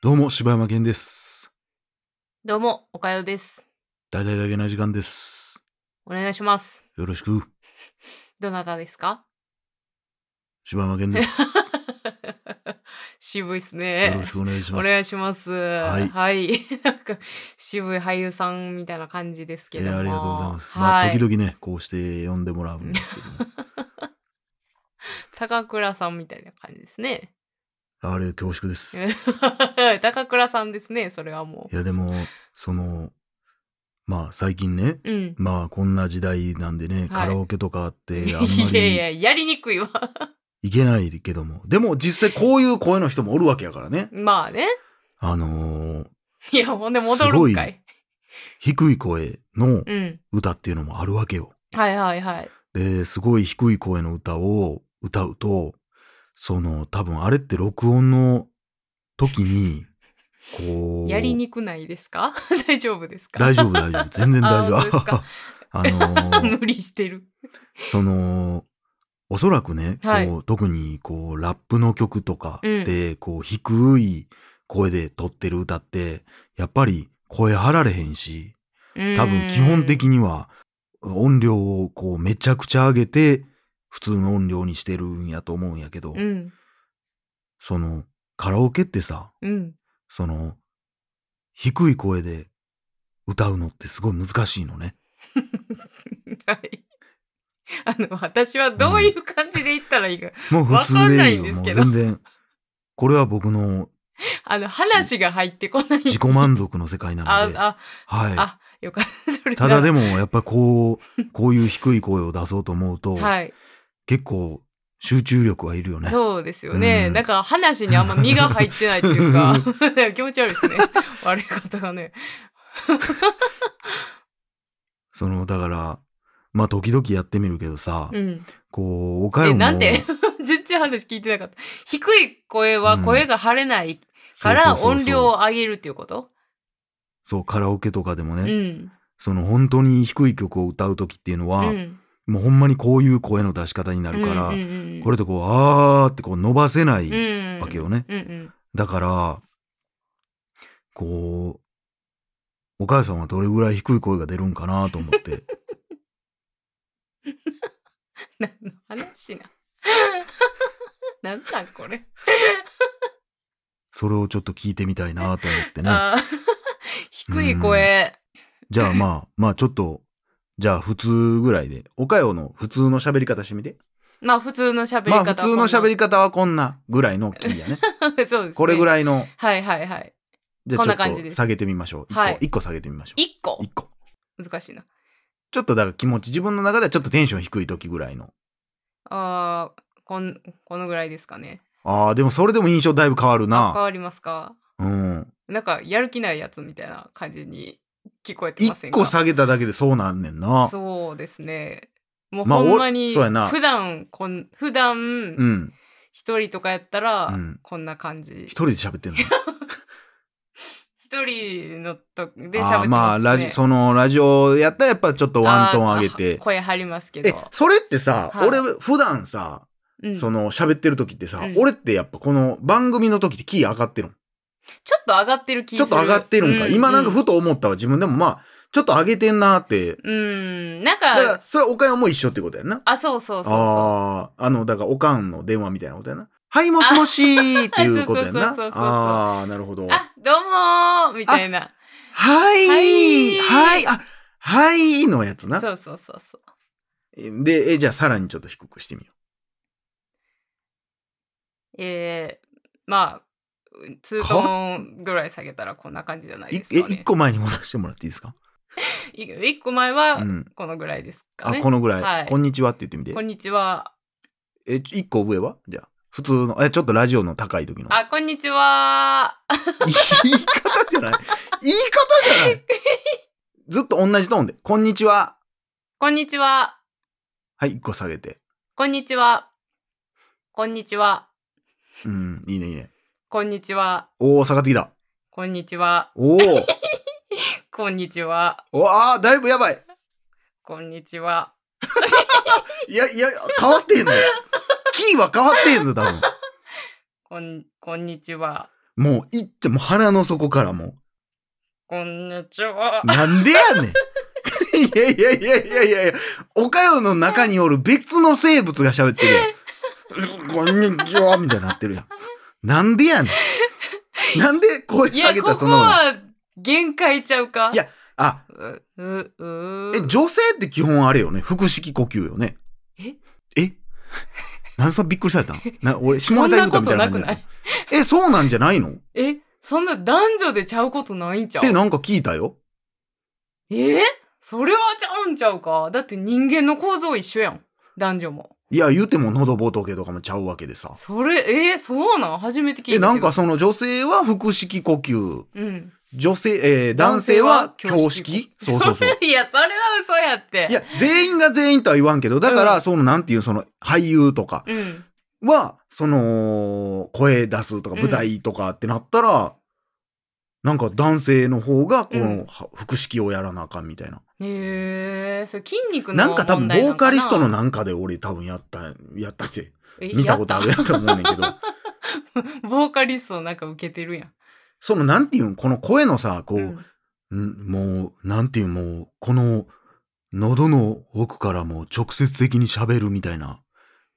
どうも、柴山健です。どうも、おかよです。大々だけな時間です。お願いします。よろしく、どなたですか柴山健です。よ 渋いっすろねし。くお願いしおます。願いします。はい なんか渋い俳優さんみたいな感じですけえども。ーありがとうございます。まはあ、い、時々ね、こうして呼んでもらうんです けども、高倉さんみたいな感じで すね。 あれ恐縮です。高倉さんですね、それはもいや、でも、その、まあ、最近ね、う。うん。まあ、こんな時代なんでね、いカラオケとかあって、あんま いやいや、りやりにくいわ。行けないけども、でも実際こういう声の人もおるわけやからね。まあね。あのーいや、ほんで戻るんかい。低い声のうん。歌っていうのもあるわけよ。はいはいはい。で、すごい低い声の歌を歌うと、その、多分あれって録音の時に、こう、やりにくないですか 大丈夫ですか大丈夫、大丈夫。全然大丈あ本当です夫か。 あのー 無理してる。その、おそらくね、こうはい特にこう、ラップの曲とかうんで、こう、低い声で撮ってる歌って、やっぱり声張られへんし、多多分基本的には音量をこうめちゃくちゃ上げて普通の音量にしてるんやと思うんやけど、うんそのカラオケってさうんその低い声で歌うのってすごい難しいのね。はい あの私はどういう感じで言ったらいいか、もう普通でいいよ。わかんないんですもうけど全然。これは僕のあの話が入ってこない自己満足の世界なあので、あはあよかったそれい。なただでもやっぱこう、こういう低い声を出そうと思うと、 はい結構集中力はいるよね。そうですよね、うんなんか話にあんま身が入ってないっていうか 気持ち悪いですね悪い方がねその、だから、まあ、時々やってみるけどさ、うんこう、おかえよも。なん で 全然話聞いてなかった低い声は声が張れないそうかそうそうそうら音量を上げるっていうことそう、カラオケとかでもうね、んその本当に低い曲を歌う時っていうのうは、んもうほんまにこういう声の出し方になるから、うんうんうんこれでこう、あーってこう伸ばせないうんわけよね。うんうんだから、こう、お母さんはどれぐらい低い声が出るんかなと思 って。何の話ななんなんこれ、それをちょっと聞いてみたいなと思ってね。あー 低い声、じゃあまあ、まあちょっと、じゃあ普通ぐらいで。おかよの普通の喋り方してみて。まあ普通の喋りま方あ普通の喋り方方はこんなぐらいのキーやね。 そうです、ね、これぐいらいの、はいはいはいじゃこんあなち感ょじっでとす下げてみましょう。一個、はい一個下げてみましょう。一個一個。難しいなちょっとだから気持ち、自分の中ではちょっとテンション低い時ぐらいの。あーこんこのぐらいですかねああ、でもそれでも印象だいぶ変わるあ変な。わりますかうん。なんかやる気ないやつみたいな感じに聞こえてませ一んか個下げただけでそうなんねんな。そうですねもうまあほんまにおそうやな普段こん普段うん。一人とかやったらうんこんな感じ、一人で喋ってんの。一人のとで喋ってます、あね、ーまあ、ラ ジ、その、ラジオやったらやっぱちょっとワントーン上げあーて。声張りますけえど、、それってさ、はい俺、普段さ、うん、その、喋ってる時ってさ、うん俺ってやっぱこの番組の時ってキー上がってるの。ちょっと上がってる気ちょっと上がってるんか。今なんかふと思ったわ、自分でもまあ、ちょっと上げてんなーって。うん、うんなんだからか、それはおかんも一緒ってことやんな。あそうそうそうそうああ、あの、だから、おかんの電話みたいなことやな。はい、もしもしーっていうことやん そなうそうそうそう。そうああ、なるほど。は、あどうもーみたいないははいい、あ、はいのやつな。そうそうそうそうで、えじゃあ、さらにちょっと低くしてみよえー、まあツートンぐらい下げたらこんな感じじゃなう。いいですえ、か、ね、一個前に戻してもらっていいですかい一個前はうん。このぐらいですかあ、ね、このぐらい。はいこんにちはって言ってみてこ。んにちはえ、ちょ一個上はじゃあ、普通の、え、ちょっとラジオの高い時の。あこんにちは言い方じゃない。言い方じゃ ない。ずっと同じトーンで、こんにちは。こんにちははい、一個下げて。こんにちはこんにちはうん、いいね、いいね。こんにちはおー、下がってきた。こんにちはおー。こんにちはおあー、だいぶやばい。こんにちは。いや、いや、変わってへんのよ。キーは変わってんぞ、多分。こん、こんにちは。もう、いって、もう腹の底からもこんにちはう。。なんでやねん。いやいやいやいやいやいや、おかよの中におる別の生物が喋ってるやん。こんにちは、みたいになってるやん。なんでやねん。なんで声い下や、げこたこその。は限界ちゃうか。いやあ、う、う、う。え、女性って基本あれよね。腹式呼吸よね。ええなんでそれびっくりされた んな、俺、下そんネタ言なうたこみたといなな感くじだなったいえ、そうなんじゃないのっえ、そんな男女でちゃうことないんちゃうてなんか聞いたよ。えそれはちゃうんちゃうかだって人間の構造一緒やん。男女も。いや、言うても喉仏とかもちゃうわけでさ。それ、えーそうなん初めて聞いたけえ、ど。なんかその女性は腹式呼吸。うん。女性、えー男性は胸式そうそうそう。。 いや、それは嘘やって。いや、全員が全員とは言わんけど、だから、うんその、なんていう、その、俳優とかうん。は、その、声出すとか、うん舞台とかってなったら、なんか男性の方が、この、うんは腹式をやらなあかんみたいな。えー、それ筋肉なのんか多分、ボ問題なーのかカリなストのなんかで俺多分やった、やったって、え見たことあるややと思うねんけど、った ボーカリストなんか受けてるやん。その、なんていうん、この声のさ、こう、うんんもう、なんていう、もう、この、喉の奥からもう直接的に喋るみたいな。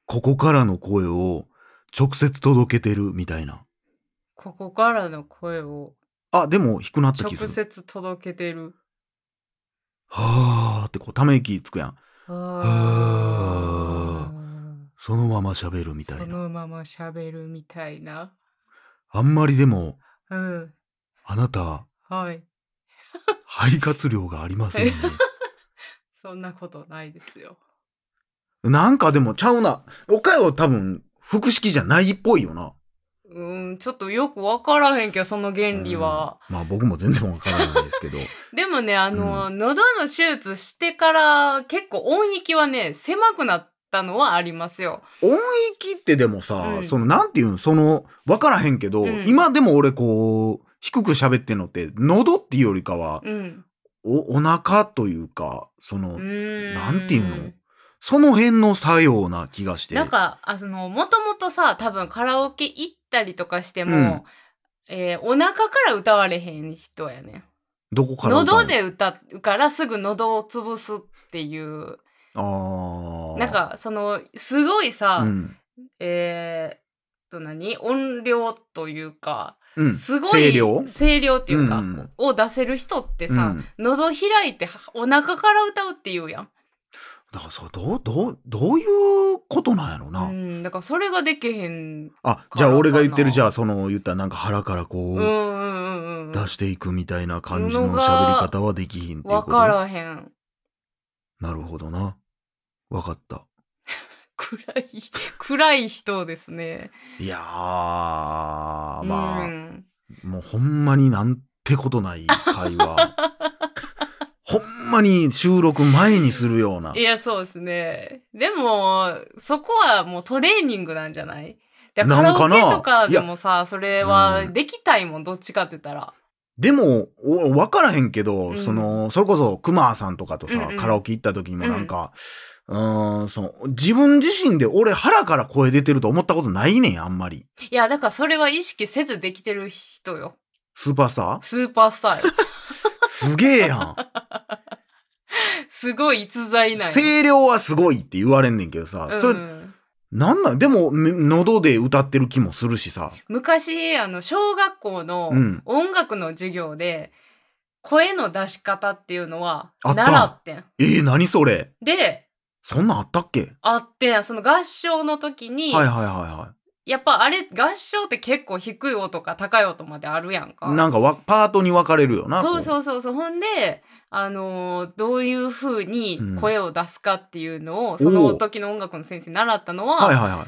ここからの声を直接届けてるみたいな。ここからの声をあ、でも低くなった直気する。接届けてる。はーってこう、ため息つくやん。あそのまま喋るみーたそいな。のまま喋るみたいな。あんまりでも、うん。あなた、はい。肺活量がありませんね。そんなことないですよ。 なんかでもちゃうな。おかよ多分、腹式じゃないっぽいよな。うん、ちょっとよくわからへんけど、その原理は。うん。まあ僕も全然わからないですけ ど。でもね、あの、喉の手術してから結構音域はね、狭くなったのはありますよ。音域ってでもさ、うんそのなんていうんその分からへんけど、うん今でも俺こう低く喋ってんのって喉っていうよりかは、うん。おお腹というかその、うーん。なんていうのその辺の作用な気がしてなんか、あその、もともとさ、多分カラオケ行ったりとかしても、うんえーお腹から歌われへん人やね。どこから歌うの喉で歌うからすぐ喉を潰すっていう、あーなんか、その、すごいさ、うんえーっと何音量というか、うんすごい声量声量っていうか、うんを出せる人ってうさ、ん、喉開いてはお腹から歌うっていうやん。だからそうどうどうどういうことなんやろな、うん、だからそれができへん。あじゃあ俺が言ってるからかなじゃあその言ったらなんか腹からこうう、んうんうんうん。出していくみたいな感じのものが喋り方はできひんっていうわことからへん。なるほどな。わかった。暗い、暗い人ですね。いやー、まうあ、ん、もうほんまになんてことない会 話。ほんまに収録前にするような。いや、そうですね。でも、そこはもうトレーニングなんじゃないだかならんカかなラオケとかでもさ、それはうんできたいもん、どっちかって言ったら。でも、おわからへんけど、うんその、それこそクマさんとかとさ、うんうんカラオケ行った時にもなんか、うーん、その、自分自身で俺腹から声出てると思ったことないねん、あんまり。いや、だからそれは意識せずできてる人よ。スーパースタ ースーパースタ ーよ。すげえやん。すごい逸材なんよ声量はすごいって言われんねんけどさ、うんそれなんなんでも、め喉で歌ってる気もするしさ。昔、あの、小学校のうん音楽の授業で、声の出し方っていうのはあったん習ってん。えー、何それで、そんなんあったっけあってん。その合唱の時に、はいはいはいはやっぱあれ、合唱って結構低い音か高い音まであるやんか。い。なんかわ、パートに分かれるよな。そうう。そうそうそう。ほんで、あのーどういう風に声を出すかっていうのを、その時の音楽の先生に習ったのは、はいはいはい。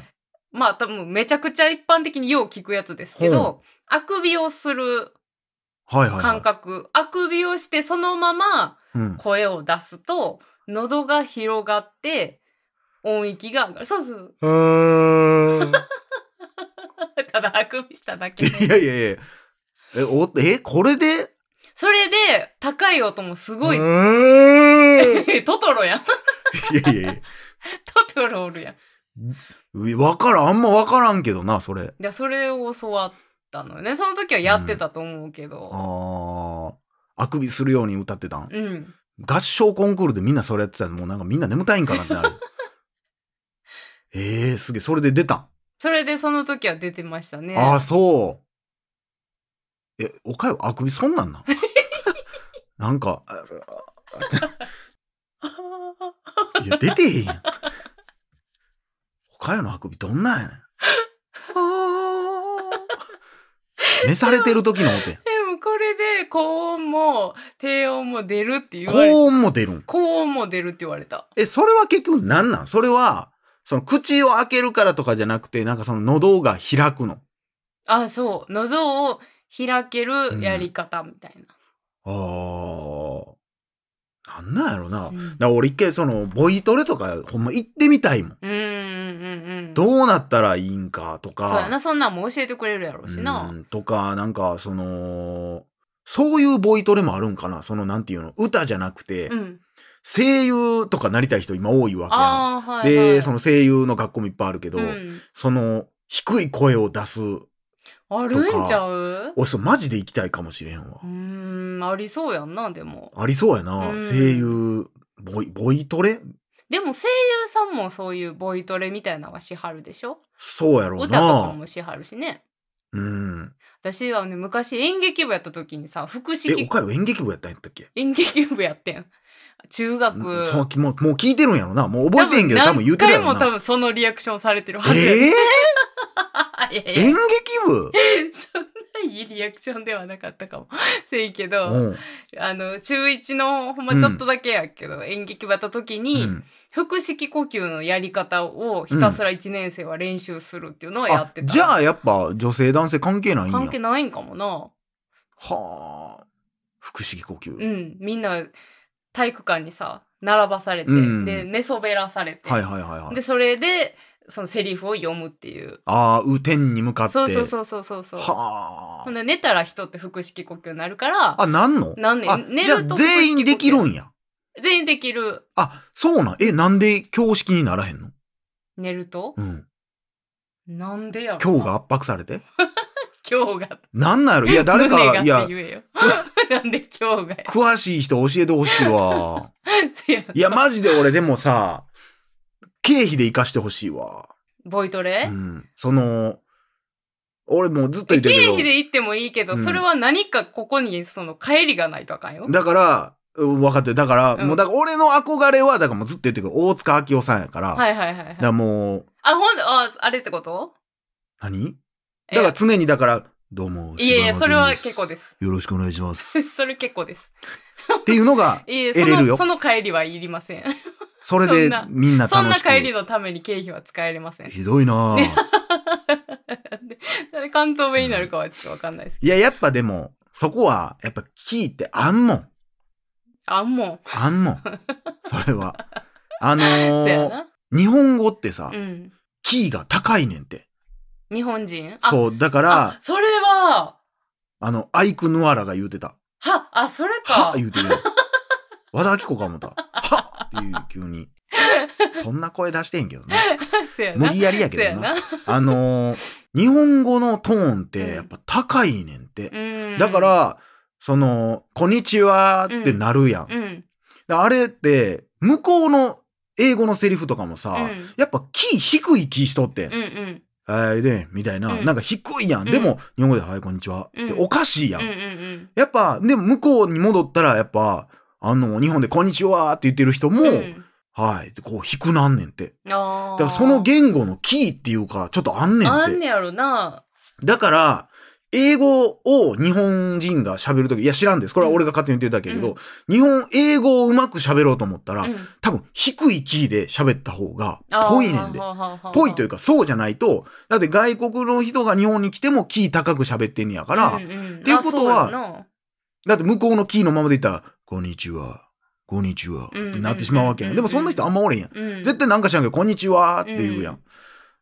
まあ多分めちゃくちゃ一般的によう聞くやつですけど、あくびをするはいはい、はい。感覚、あくびをしてそのままうん。声を出すと、喉が広がって、音域が上がる。そうそう。えーただあくびしただけで。いやいやいや。え、お、え、これですそれで、高い音もすごい。えー トトロやん。 いやいやいや。トトロおるやん。わからん、あんまわからんけどな、それ。でそれを教わったのよねその時はやってたと思うけど、ああ。あくびするように歌ってたんうん合唱コンクールでみんなそれやってたら、もうなんかみんな眠たいんかなってなる。ええすげえ。それで出たん。それでその時は出てましたねああ、そう。え、おかよ、あくびそんなんなん なんか、ああいや、出てへんやん。おかよのあくびどんなんやねん。ああ。召されてる時の音やん。 でもこれで高音も低音も出るって言われ高音も出るん。高音も出るって言われたえ、それは結局何なんそれは、その口を開けるからとかじゃなくて、なんかその喉が開くの。あそう喉を開けるやり方みたいああ。なんなんやろな。だな、うかん、ら俺一回その、ボイトレとか、ほんま行ってみたいもん。うんうんうんうんどうなったらいいんかとそうやか。なそんなんも教えてくれるやろうしなうんとか、なんかその、そういうボイトレもあるんかなその、なんていうの歌じゃなくて、うん、声優とかなりたい人今多いわけやああはん。い、で、はい、その声優の学校もいっぱいあるけど、うん、その、低い声を出すあるんちゃう俺それマジで行きたいかもしれんわう。ーんありそうやんなでもありそうやな。うん声優、ボイ、ボイトレでも声優さんもそういうボイトレみたいなのはしはるでしょそうやろう歌とかな。もしはるしねうん。私はね昔演劇部やった時にさえ、腹お式かよ演劇部やったんやったっけ 演劇部やってん中学そのもう、もう聞いてるんやろな。もう覚えてんけど、多多分言分うてるやろ何回も多な。分そのリアクションされてるはずやえ いー、やいや演劇部そんないいリアクションではなかったかもせいけうどん。あの中1のほんまちょっとだけやけど、演劇部やった時に、うん腹式呼吸のやり方をひたすら1年生は練習するっていうのをやあってた、じゃあやっぱ女性男性関係ないんや。関係ないんかもなはあ。腹式呼吸。うんみんな体育館にさ並ばされて、うんで寝そべらされて、はいはいはいはいで。それでそのセリフを読むっていうああ、雨天に向かって。そうそうそうそうそうそうはほんあ。で寝たら人って腹式呼吸になるからあ、なんのなんねんあ寝、じゃあると全員できるんんや。全員できるあ、そうなん。え、なんで教式にならへんの寝るとうん。なんでやろな今日が圧迫されて今日がなんなんやろいや、誰か胸がが、いっやて、言え よなんで今日がや詳しい人教えてほしいわ。 せやいや、マジで俺でもさ、経費で生かしてほしいわ。ボイトレ、うん。その、俺もうずっと経言ってる費けで行ってもいいけど、うんそれは何かここにその帰りがないとあかんよど、。だから、うん分かってる。だから、うんもうだから俺の憧れは、だからもうずっと言ってるけど、大塚明夫さんやから、だかはいはいはい、はい。らもう、あ、ほんで、あ、あれってこと何えだから常にだから、どうも、いやいや、それは柴野結構でです。す。よろしくお願いします。それ結構です。 っていうのが、いえ、そ得れるよの、その帰りはいりません。それで そんなみんな楽しくそんな帰りのために経費は使えれません。ひどい なぁ。で なんで関東弁になるかはちょっとわかんないですけいや、やっぱでも、そこは、やっぱ聞いてあんもん。ど。あ、もあんもん。それは。あの う。そやー、な。日本語ってさ、うん。キーが高いねんて。日本人そう、だかうら、それは、あの、アイクヌアラが言うてた。は、あ、それはかっ。言うてるやん。 和田アキ子か思った。はっっていう急に。そんな声出してへんけどね。 せや無な。理やりやせけやどなな。。あのー、日本語のトーンってうんやっぱ高いねんて。うん。だか、ら、その、こんにちはってなるやん。うん。であれって、向こうの英語のセリフとかもさ、うん。やっぱキー低いキーしとってん。うんうん。はい、で、みたいな、うんなんか低いやん。うんでも、日本語で、はい、こんにちは。ってうんおかしいやん。うんうんうん。やっぱ、でも向こうに戻ったら、やっぱ、あの、日本でこんにちはって言ってる人も、うんはい、ってこう低くなんねんって。あだーからその言語のキーっていうか、ちょっとあんねんあって。んねやろな。だから、英語を日本人が喋るとき、いや知らんです。これは俺が勝手に言ってるだけやけど、日本、英語をうまく喋ろうと思ったら、うん多分低いキーで喋った方が、ぽいねんで。ぽいというか、か、そうじゃないと、だって外国の人が日本に来てもキー高く喋ってんねやから、んんっていうことはあそうやなだって向こうのキーのままでいったら、こんにちは、こんにちは、っうんてなってしまうわけやん。でもそんな人あんまおれんやん。うん絶対なんか知らんけど、こんにちはって言うや。うん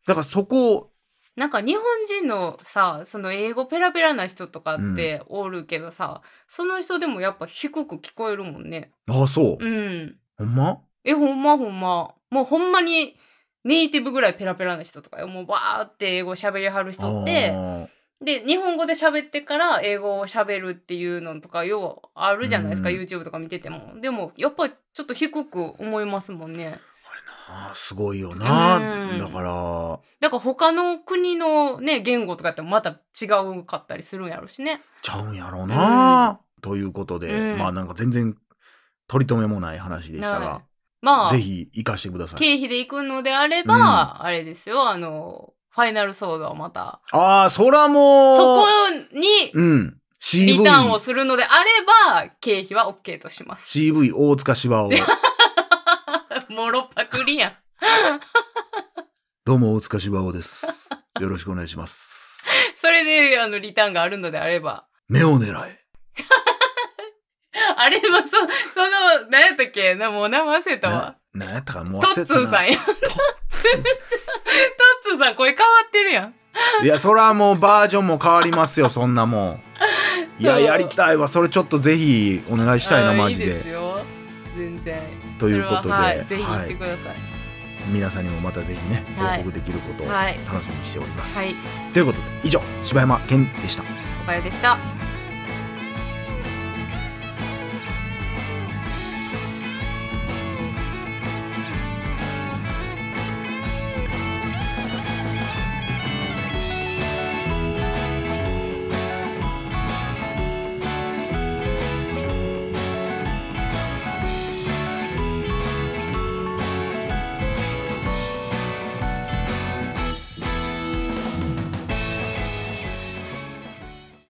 だからそこを、なんか日本人のさその英語ペラペラな人とかっておるけどさ、その人でもやっぱ低く聞こえるもんねああ、そう。うんほんまえほんまほんまもうほんまにネイティブぐらいペラペラな人とかよもうバーって英語喋りはる人ってあで日本語で喋ってから英語を喋るっていうのとかようあるじゃないですか、うん YouTube とか見ててもでもやっぱりちょっと低く思いますもんねーすごいよな、うんだからだから他の国のね言語とかってまた違うかったりするんやろうしねちゃうんやろうな、ということで、うんまあなんか全然取り留めもない話でしたはいが、まあぜひ活かしてください経費で行くのであれば、あれですよあのファイナルソードはまたああそらそもこうにうんリ CV ターンをするのであれば経費は OK とします。 CV 大塚芝を もろパクリやん。どうも大塚芝をですよろしくお願いしますそれであのリターンがあるのであれば。目を狙え あれはそ、その、何やったっけなもう名前忘れたわな。なんやったかもうト忘ッれツたなーさんや。トッツーさん声変わってるやん。いやそらもうバージョンも変わりますよそんなもんいや そうやりたいわそれちょっとぜひお願いしたいなうんマジいいでですよ。全然。ということそで、れははい、ぜひ行はっていください。皆さんにもまたぜひね報はい告できることをはい楽しみにしております、はい、ということで以上柴山健でしたおかよでした。